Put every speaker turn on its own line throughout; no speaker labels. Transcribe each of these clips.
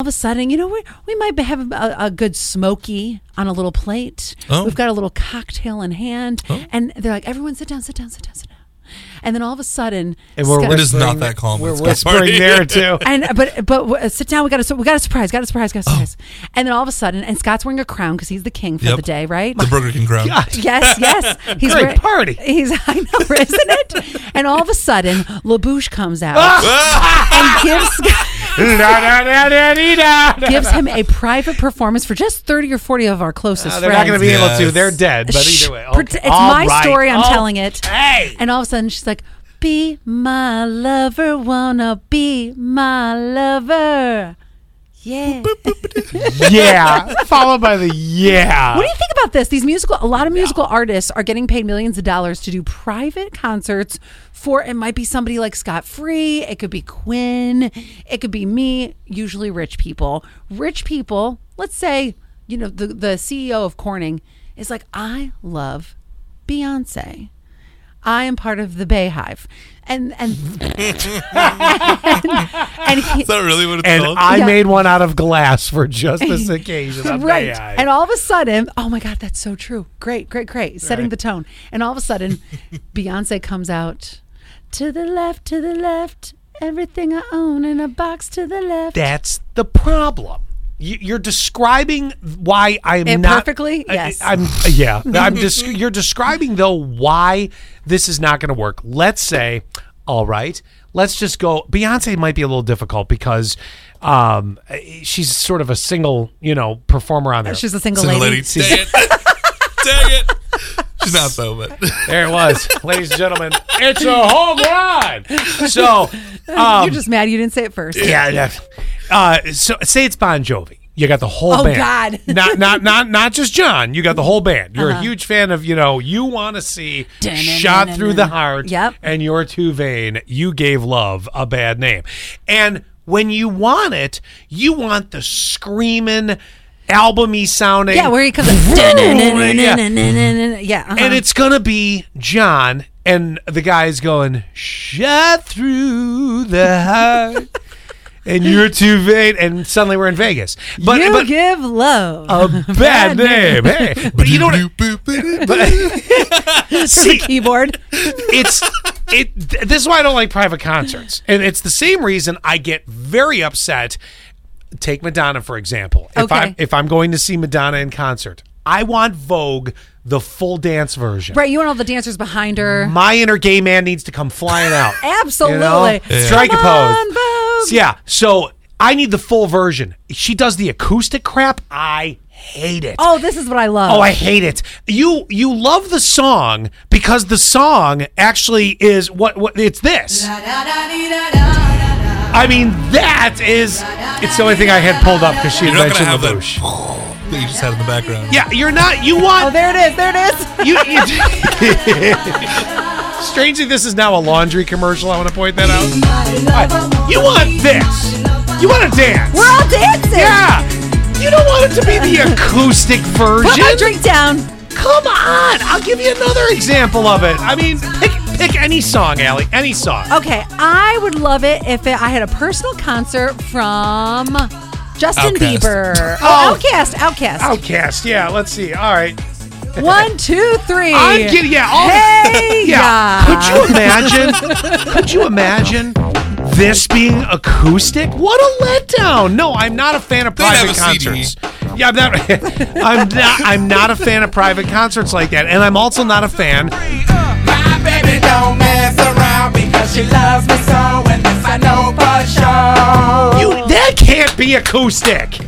of a sudden, you know, we we might have a, a good smoky on a little plate.
Oh.
We've got a little cocktail in hand,
Oh.
and they're like, "Everyone, sit down, sit down, sit down, sit down." And then all of a sudden,
And we're
Scott-
It is not
Whispering-
that calm.
We're
It's got party.
whispering there too.
and but but uh, sit down. We got a we got a surprise. Got a surprise.
Oh.
Got a surprise. And then all of a sudden, and Scott's wearing a crown because he's the king for
Yep.
the day, right?
The Burger King crowd.
Yes, yes. He's
Great party.
He's I know, isn't it? And all of a sudden, LaBouche comes out
Ah!
and gives Scott-
Da-da-da-da-dee-da.
gives him a private performance for just thirty or forty of our closest
Uh,
friends.
they're not going to be
Yes.
able to. They're dead. But
Shh.
either way,
Pret-
okay.
it's
All
my
right. Oh,
story. I'm
Okay.
telling it. And all of a sudden, she's like, "Be my lover, wanna be my lover." Yeah. What
yeah, followed by the yeah.
do you think about this? These musical, a lot of musical artists are getting paid millions of dollars to do private concerts for. It might be somebody like Scott Free. It could be Quinn. It could be me. Usually, rich people. Rich people. Let's say you know the the CEO of Corning is like, I love Beyonce. I am part of the Bayhive, and and and, and he,
Is that really what it's
and
called?
I
Yeah.
made one out of glass for just this occasion. I
right.
may I.
And all of a sudden, oh my God, that's so true. Great, great, great. Setting the tone. And all of a sudden, Beyonce comes out to the left, to the left. Everything I own in a box to the left.
That's the problem. You- You're describing why I'm
It
not
perfectly?
I-
Yes.
I, am Yeah. I'm. Dis- you're describing though why this is not going to work. Let's say, all right. Let's just go. Beyonce might be a little difficult because um, she's sort of a single, you know, performer on there.
She's a single,
Single lady.
lady.
Dang it. Dang it. She's not though, but
there it was, ladies and gentlemen. It's a home run. So
You're just mad you didn't say it first.
Um, Yeah, yeah. Uh, so say it's Bon Jovi. You got the whole
Oh,
band.
God. Uh-huh.
not not not not just John. You got the whole band. You're a huge fan of you know. You want to see shot through the heart.
Yep.
And you're too vain. You gave love a bad name. And when you want it, you want the screaming, albumy sounding.
Yeah, where he comes out. yeah. uh-huh.
And it's gonna be John and the guy's going shut through the heart, and you're too vain. And suddenly we're in Vegas, but
you
but Oh,
give love.
a bad name. Hey, but you know what? See,
Keyboard.
it's it. th- This is why I don't like private concerts, and it's the same reason I get very upset. Take Madonna for example. If
Okay.
I'm if I'm going to see Madonna in concert, I want Vogue the full dance version.
Right. You and all the dancers behind her.
my inner gay man needs to come flying out.
Absolutely. Yeah.
Strike
Come
a pose.
on, Vogue.
So, yeah. So I need the full version. She does the acoustic crap. I hate it.
Oh, this is what I love.
Oh, I hate it. You you love the song because the song actually is what what it's this. I mean, that is it's the only thing I had pulled up because she
You're
had
not gonna
mentioned
have that-
LaBouche.
that you just had in the background.
Yeah, you're not. You want
Oh, there it is. There it is.
you, you strangely this is now a laundry commercial i want to point that out But you want this you want to dance
We're all dancing.
yeah you don't want it to be the acoustic
Put my
version
drink down.
come on i'll give you another example of it i mean pick pick any song Allie. any song
Okay, I would love it if it, I had a personal concert from Justin
Outkast.
Bieber.
Oh.
Oh, Outcast, Outcast.
outcast yeah let's see all right
One, two, three.
i'm getting yeah all
Hey,
Yeah.
yeah.
Could you imagine? could you imagine this being acoustic? What a letdown! No, I'm not a fan of
They'd have
private
a CD.
concerts. Yeah, I'm not, I'm not. I'm not a fan of private concerts like that, and I'm also not a fan.
My baby don't mess around because she loves me so, and this I know for sure.
You that can't be acoustic.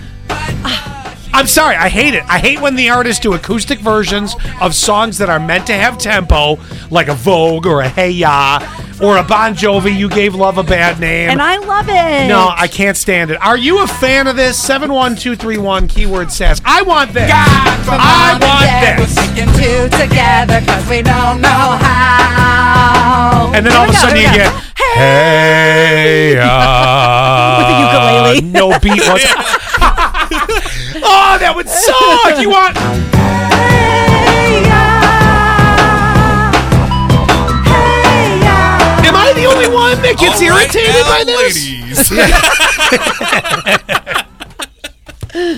I'm sorry, I hate it. I hate when the artists do acoustic versions of songs that are meant to have tempo, like a Vogue or a Hey Ya or a Bon Jovi. You gave love a bad name.
And I love it.
No, I can't stand it. Are you a fan of this? 71231 keyword says, I want this.
God, from
I
mom and
want
dad,
this.
We're sticking two together because we don't know how.
And then all of a
Here
sudden
we
you
go, here
get, hey, uh,
With a ukulele.
no beat once. oh, that would suck. You want. Am I the only one that gets
All right now,
irritated by this?
Ladies.